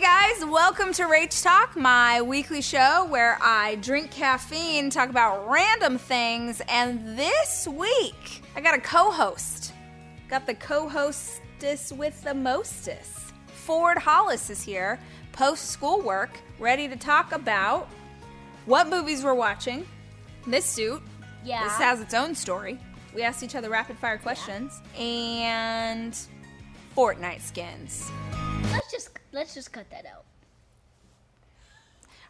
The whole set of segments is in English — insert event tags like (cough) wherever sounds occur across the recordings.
guys, welcome to Rach Talk, my weekly show where I drink caffeine, talk about random things, and this week I got a co-host. Got the co-hostess with the mostest. Ford Hollis is here, post school work, ready to talk about what movies we're watching. This suit, Yeah. this has its own story. We asked each other rapid fire questions and Fortnite skins. let's just let's just cut that out.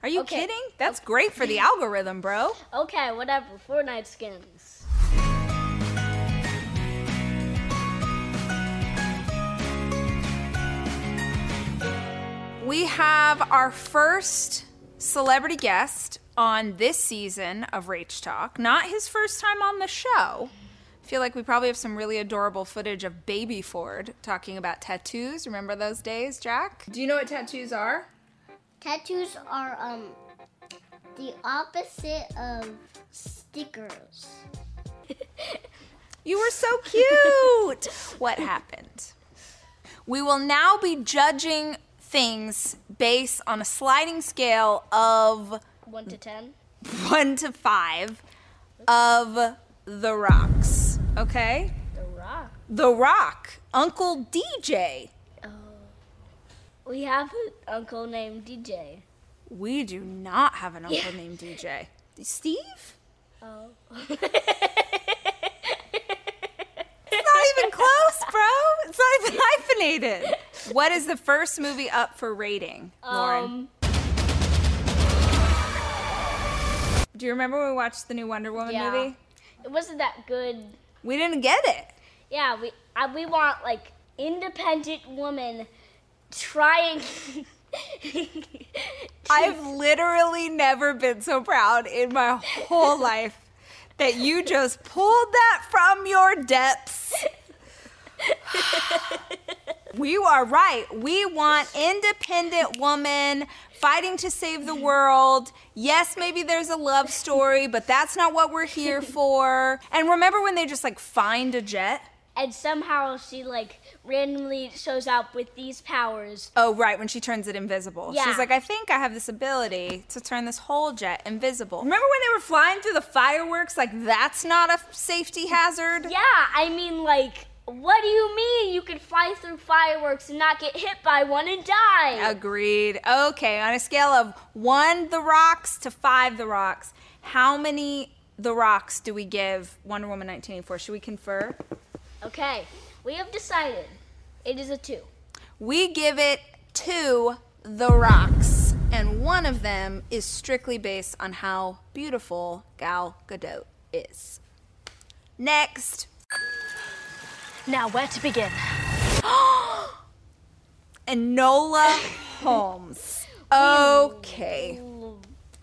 Are you Okay. kidding? That's great for the algorithm, bro. Okay, whatever. Fortnite skins. We have our first celebrity guest on this season of Rach Talk. Not his first time on the show. I feel like we probably have some really adorable footage of Baby Ford talking about tattoos. Remember those days, Jack? Do you know what tattoos are? Tattoos are um the opposite of stickers. You were so cute. (laughs) what happened? We will now be judging things based on a sliding scale of One to ten. (laughs) one to five of The Rocks. Okay? The Rock. Oh. The Rock, Uncle DJ. We have an uncle named DJ. We do not have an uncle Yeah. named DJ. Steve? Oh. It's not (laughs) even close, bro. It's not even (laughs) hyphenated. What is the first movie up for rating, (laughs) Lauren? Um. do you remember when we watched the new Wonder Woman Yeah. movie? It wasn't that good. We didn't get it. Yeah. We I, we want like independent woman trying. (laughs) I've literally never been so proud in my whole life that you just pulled that from your depths. (sighs) you are right. We want independent woman fighting to save the world. Yes, maybe there's a love story, but that's not what we're here for. And remember when they just like find a jet? and somehow she like randomly shows up with these powers. Oh, right, when she turns it invisible. Yeah. She's like, I think I have this ability to turn this whole jet invisible. Remember when they were flying through the fireworks? Like, that's not a safety hazard? Yeah, I mean, like, what do you mean you could fly through fireworks and not get hit by one and die? Agreed. Okay, on a scale of one the rocks to five the rocks, how many the rocks do we give Wonder Woman 1984? Should we confer? okay, we have decided it is a two. We give it two the rocks, and one of them is strictly based on how beautiful Gal Gadot is. Next. Now, where to begin? (laughs) Enola Holmes. Okay.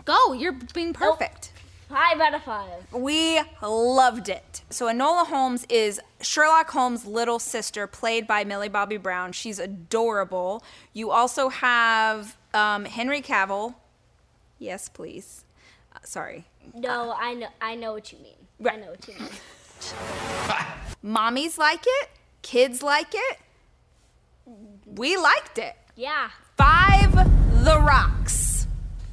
Go, you're being perfect. Five out of five. We loved it. So Enola Holmes is Sherlock Holmes' little sister, played by Millie Bobby Brown. She's adorable. You also have um, Henry Cavill. Yes, please. Uh, sorry. No, I know, I know what you mean. I Right. know what you mean. Mommies like it. Kids like it. We liked it. Yeah. Five the rocks.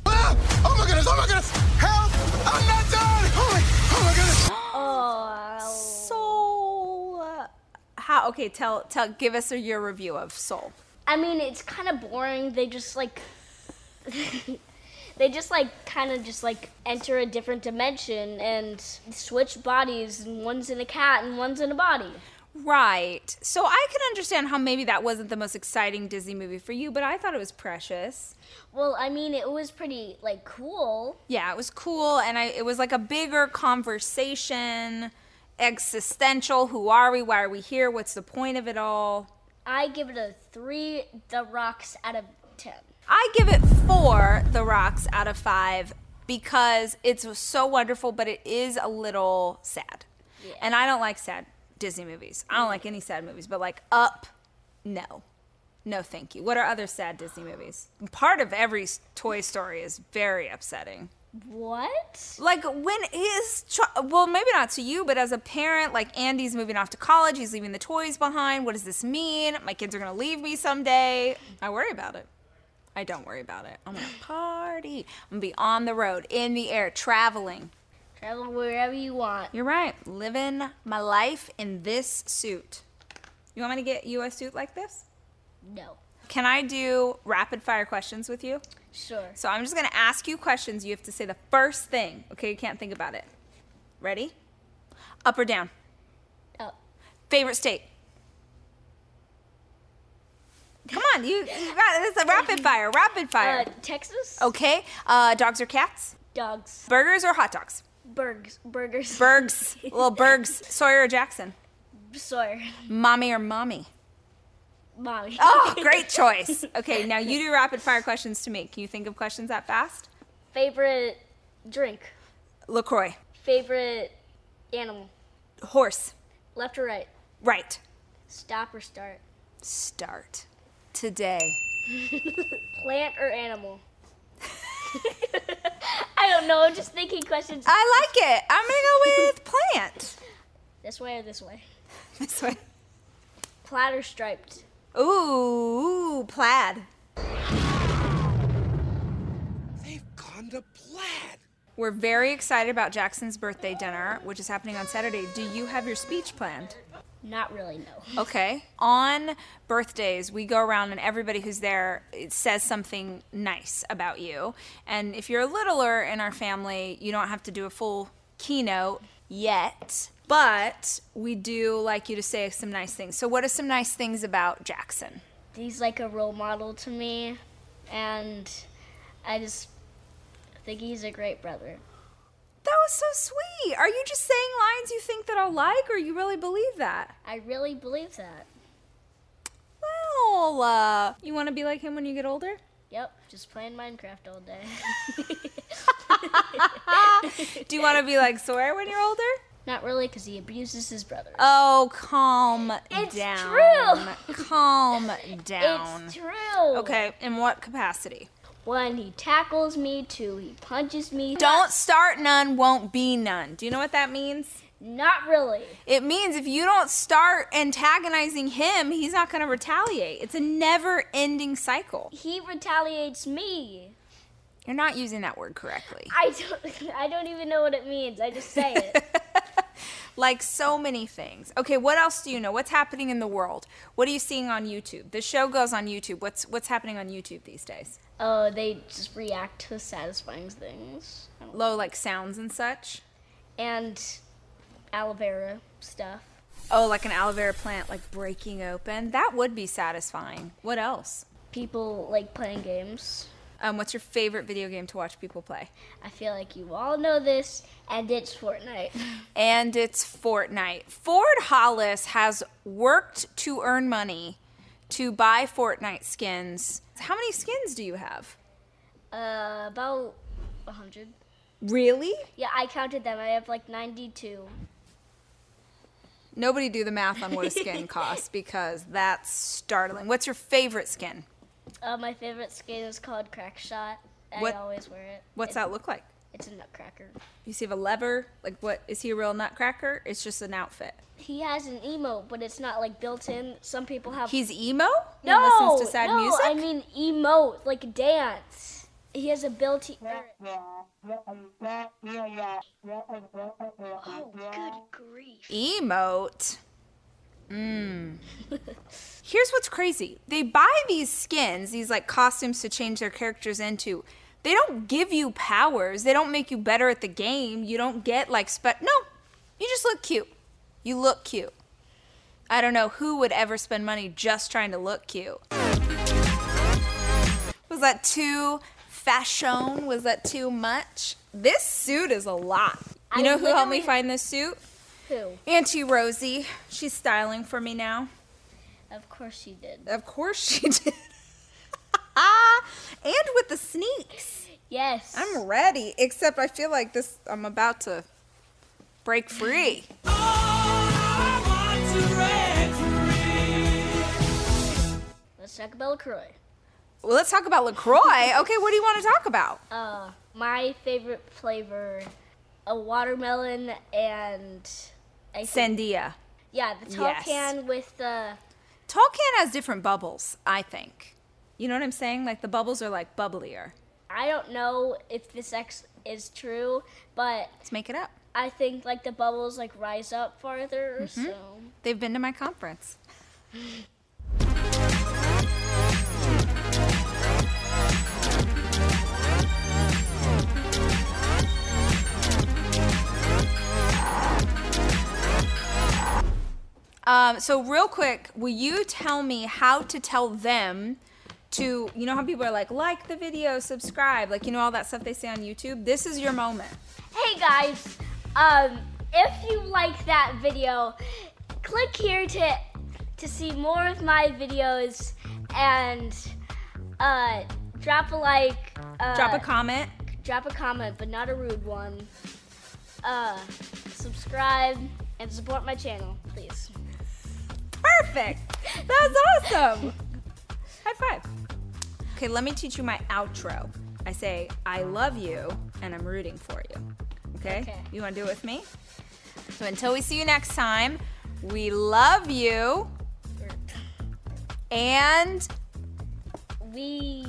Ah! Oh my goodness, oh my goodness! Help! I'm not done! Oh my, oh my goodness! Oh, Soul. How? Okay, tell tell. Give us a, your review of Soul. I mean, it's kind of boring. They just like. (laughs) They just like kind of just like enter a different dimension and switch bodies. And one's in a cat and one's in a body. Right. So I can understand how maybe that wasn't the most exciting Disney movie for you, but I thought it was precious. Well, I mean, it was pretty like cool. Yeah, it was cool, and I it was like a bigger conversation, existential. Who are we? Why are we here? What's the point of it all? I give it a three. The rocks out of ten. I give it four The Rocks out of five because it's so wonderful, but it is a little sad. Yeah. And I don't like sad Disney movies. I don't like any sad movies, but like Up, no. No, thank you. What are other sad Disney movies? Part of every s- Toy Story is very upsetting. What? Like when his chi- well, maybe not to you, but as a parent, like Andy's moving off to college, he's leaving the toys behind. What does this mean? My kids are gonna leave me someday. I worry about it. I don't worry about it. I'm gonna party. I'm gonna be on the road, in the air, traveling. Travel wherever you want. You're right. Living my life in this suit. You want me to get you a suit like this? No. Can I do rapid fire questions with you? Sure. So I'm just gonna ask you questions. You have to say the first thing. Okay, you can't think about it. Ready? Up or down? Oh. Favorite state? Come on, you, you got this. Is a rapid fire. Rapid Uh, fire. Texas? okay. Uh, dogs or cats? Dogs. Burgers or hot dogs? Burgs. Burgers. (laughs) Bergs. Little Bergs. Sawyer or Jackson? Sawyer. Mommy or mommy? Mommy. (laughs) Oh, (laughs) great choice. Okay, now you do rapid fire questions to me. Can you think of questions that fast? Favorite drink? LaCroix. Favorite animal? Horse. Left or right? Right. Stop or start? Start. Today. Plant or (laughs) animal? (laughs) I don't know. I'm just thinking questions I like it. I'm gonna go with plant. (laughs) this way or this way. This way. Plaid or striped? Ooh, plaid. They've gone to plaid. We're very excited about Jackson's birthday dinner, which is happening on Saturday. Do you have your speech planned? Not really, no. Okay. On birthdays, we go around and everybody who's there it says something nice about you. And if you're a littler in our family, you don't have to do a full keynote yet. But we do like you to say some nice things. So, what are some nice things about Jackson? He's like a role model to me, and I just think he's a great brother. That was so sweet. Are you just saying lines you think that I'll like, or you really believe that? I really believe that. Well, uh, you want to be like him when you get older? Yep, just playing Minecraft all day. (laughs) Do you want to be like Sawyer when you're older? Not really, because he abuses his brother. Oh, calm It's down. true. Calm down. (laughs) It's true. okay, in what capacity? One, he tackles me. Two, he punches me. Don't start none, won't be none. Do you know what that means? Not really. It means if you don't start antagonizing him, he's not going to retaliate. It's a never ending cycle. He retaliates me. You're not using that word correctly. I don't. (laughs) I don't even know what it means. I just (laughs) say it. like so many things. Okay, what else do you know? What's happening in the world? What are you seeing on YouTube? The show goes on YouTube. What's what's happening on YouTube these days? oh, they just react to satisfying things. I don't- Low like sounds and such. And aloe vera stuff. Oh, like an aloe vera plant like breaking open. That would be satisfying. What else? People like playing games. Um, what's your favorite video game to watch people play? I feel like you all know this, and it's (laughs) Fortnite. And it's Fortnite. Ford Hollis has worked to earn money to buy Fortnite skins. How many skins do you have? Uh, about 100. Really? Yeah, I counted them. I have like 92. Nobody do the math on what a (laughs) skin costs because that's startling. What's your favorite skin? Uh, my favorite skin is called Crack Shot. I What- always wear it. What's It- that look like? It's a nutcracker. You see, have a lever. Like, what is he a real nutcracker? It's just an outfit. He has an emote, but it's not like built in. Some people have. He's emo. He no, listens to sad no, music. I mean emote, like dance. He has a built-in. Oh, good grief! emote. Mm. (laughs) Here's what's crazy. They buy these skins, these like costumes to change their characters into. They don't give you powers. They don't make you better at the game. You don't get like spe- no. You just look cute. You look cute. I don't know who would ever spend money just trying to look cute. Was that too fashion? Was that too much? This suit is a lot. You I know who helped me literally- find this suit? Who? Auntie Rosie, she's styling for me now. Of course you did. Of course she (laughs) did. ah, and with the sneaks. Yes. I'm ready, except I feel like this I'm about to break free. Let's talk about Lacroix. Well, let's talk about LaCroix. Okay, what do you want to talk about? Uh, my favorite flavor, a watermelon and I think, Sandia. yeah, the tall Yes. can with the Tall can has different bubbles, I think. You know what I'm saying? Like the bubbles are like bubblier. I don't know if this ex is true, but Let's make it up. I think like the bubbles like rise up farther. Mm-hmm. So They've been to my conference. Um, so real quick, will you tell me how to tell them to, you know how people are like, like the video, subscribe, like you know all that stuff they say on YouTube. This is your moment. hey guys, um, if you like that video, click here to to see more of my videos and uh, drop a like. Uh, Drop a comment. drop a comment, but not a rude one. Uh, subscribe and support my channel, please. Perfect. That's awesome. High five. Okay, let me teach you my outro. I say, I love you and I'm rooting for you. Okay? Okay. You want to do it with me? So until we see you next time, we love you and We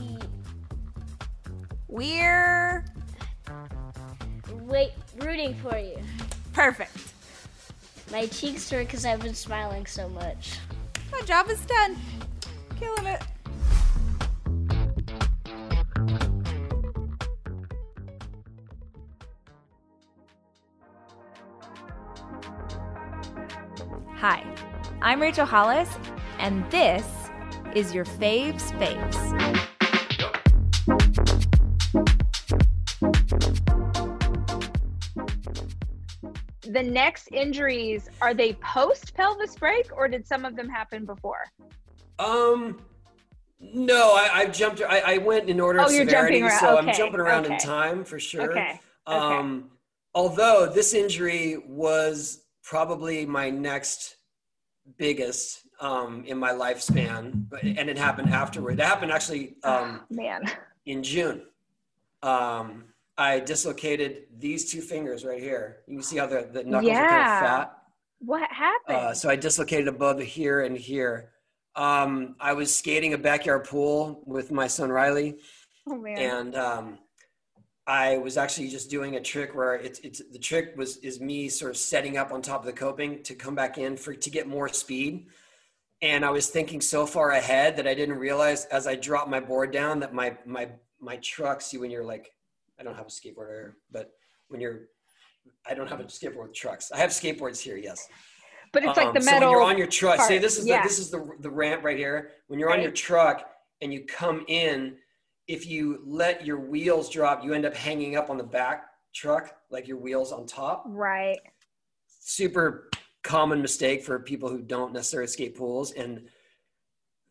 we're wait rooting for you. perfect. My cheeks hurt because I've been smiling so much. My job is done. Killing it. Hi, I'm Rachel Hollis, and this is your Faves Faves. the next injuries are they post pelvis break or did some of them happen before? Um, no, I, I jumped. I, I went in order Oh, of you're severity, jumping around. so Okay, I'm jumping around okay. in time for sure. Okay. okay. Um, although this injury was probably my next biggest um, in my lifespan, but- and it happened afterward. That happened actually um, Man. (laughs) in June. Um, I dislocated these two fingers right here. You can see how the, the knuckles are Yeah. kind of fat. What happened? Uh, so I dislocated above here and here. Um, I was skating a backyard pool with my son Riley, oh man. and um, I was actually just doing a trick where it's, it's the trick was is me sort of setting up on top of the coping to come back in for to get more speed. And I was thinking so far ahead that I didn't realize as I dropped my board down that my my my truck. See when you're like, I don't have a skateboard, here, but when you're, I don't have a skateboard with trucks. I have skateboards here, yes. but it's like Um, the So when metal. you're on your truck, say part, this is yeah. the, this is the the ramp right here. When you're on your Right. truck and you come in, if you let your wheels drop, you end up hanging up on the back truck, like your wheels on top. right. Super common mistake for people who don't necessarily skate pools. And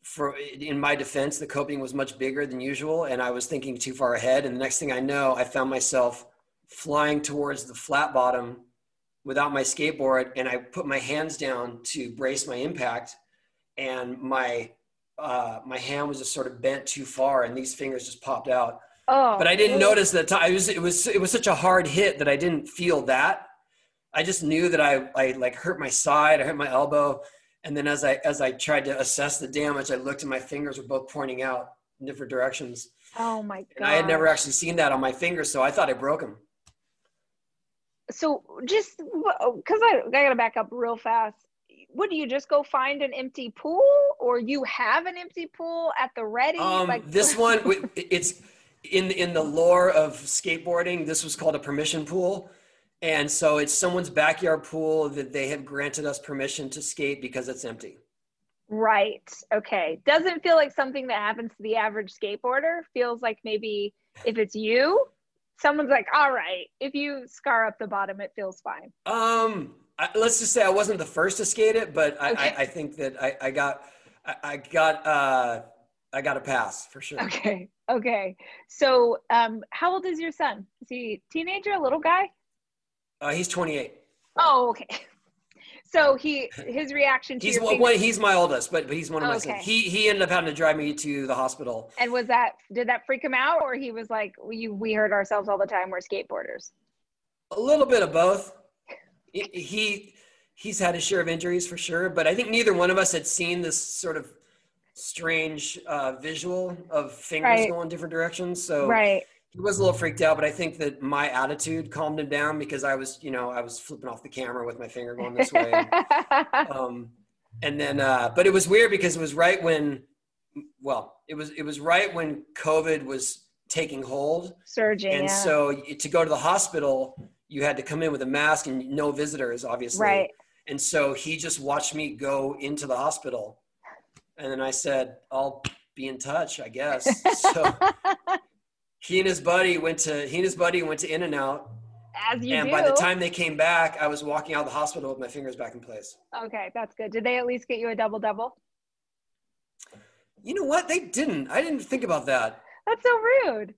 for in my defense, the coping was much bigger than usual, and I was thinking too far ahead. And the next thing I know, I found myself flying towards the flat bottom without my skateboard and I put my hands down to brace my impact and my uh, my hand was just sort of bent too far and these fingers just popped out. Oh. But I didn't notice that time. It was it was it was such a hard hit that I didn't feel that. I just knew that I I like hurt my side, I hurt my elbow, and then as I as I tried to assess the damage, I looked and my fingers were both pointing out in different directions. oh my god. And I had never actually seen that on my fingers, so I thought I broke them. So just because I I gotta back up real fast. What do you just go find an empty pool, or you have an empty pool at the ready? Um, (laughs) this one, w- it's in in the lore of skateboarding. This was called a permission pool, and so it's someone's backyard pool that they have granted us permission to skate because it's empty. Right. Okay. Doesn't feel like something that happens to the average skateboarder. Feels like maybe if it's you, someone's like, all right, if you scar up the bottom, it feels fine. (laughs) Um, I, let's just say I wasn't the first to skate it, but I, Okay. I, I think that I, I got I, I got uh, I got a pass for sure. Okay. Okay. So, um, how old is your son? Is he teenager, little guy? Uh, he's 28. Oh, okay. (laughs) So he his reaction to He's your one, finger- one- he's my oldest, but but he's one of my Okay. sons. He he ended up having to drive me to the hospital. and was that did that freak him out, or he was like, we we hurt ourselves all the time. We're skateboarders. A little bit of both. He- He he's had his share of injuries for sure, but I think neither one of us had seen this sort of strange uh, visual of fingers Right. going different directions. So right. he was a little freaked out, but I think that my attitude calmed him down because I was, you know, I was flipping off the camera with my finger going this (laughs) way. um, and then uh, but it was weird because it was right when well it was it was right when covid was taking hold Surging. and yeah. so y- to go to the hospital you had to come in with a mask and no visitors obviously right. and so he just watched me go into the hospital and then i said i'll be in touch i (laughs) guess so he and his buddy went to he and his buddy went to in and out As you and do. by the time they came back i was walking out of the hospital with my fingers back in place okay, that's good. Did they at least get you a double double? You know what? They didn't. I didn't think about that. That's so rude.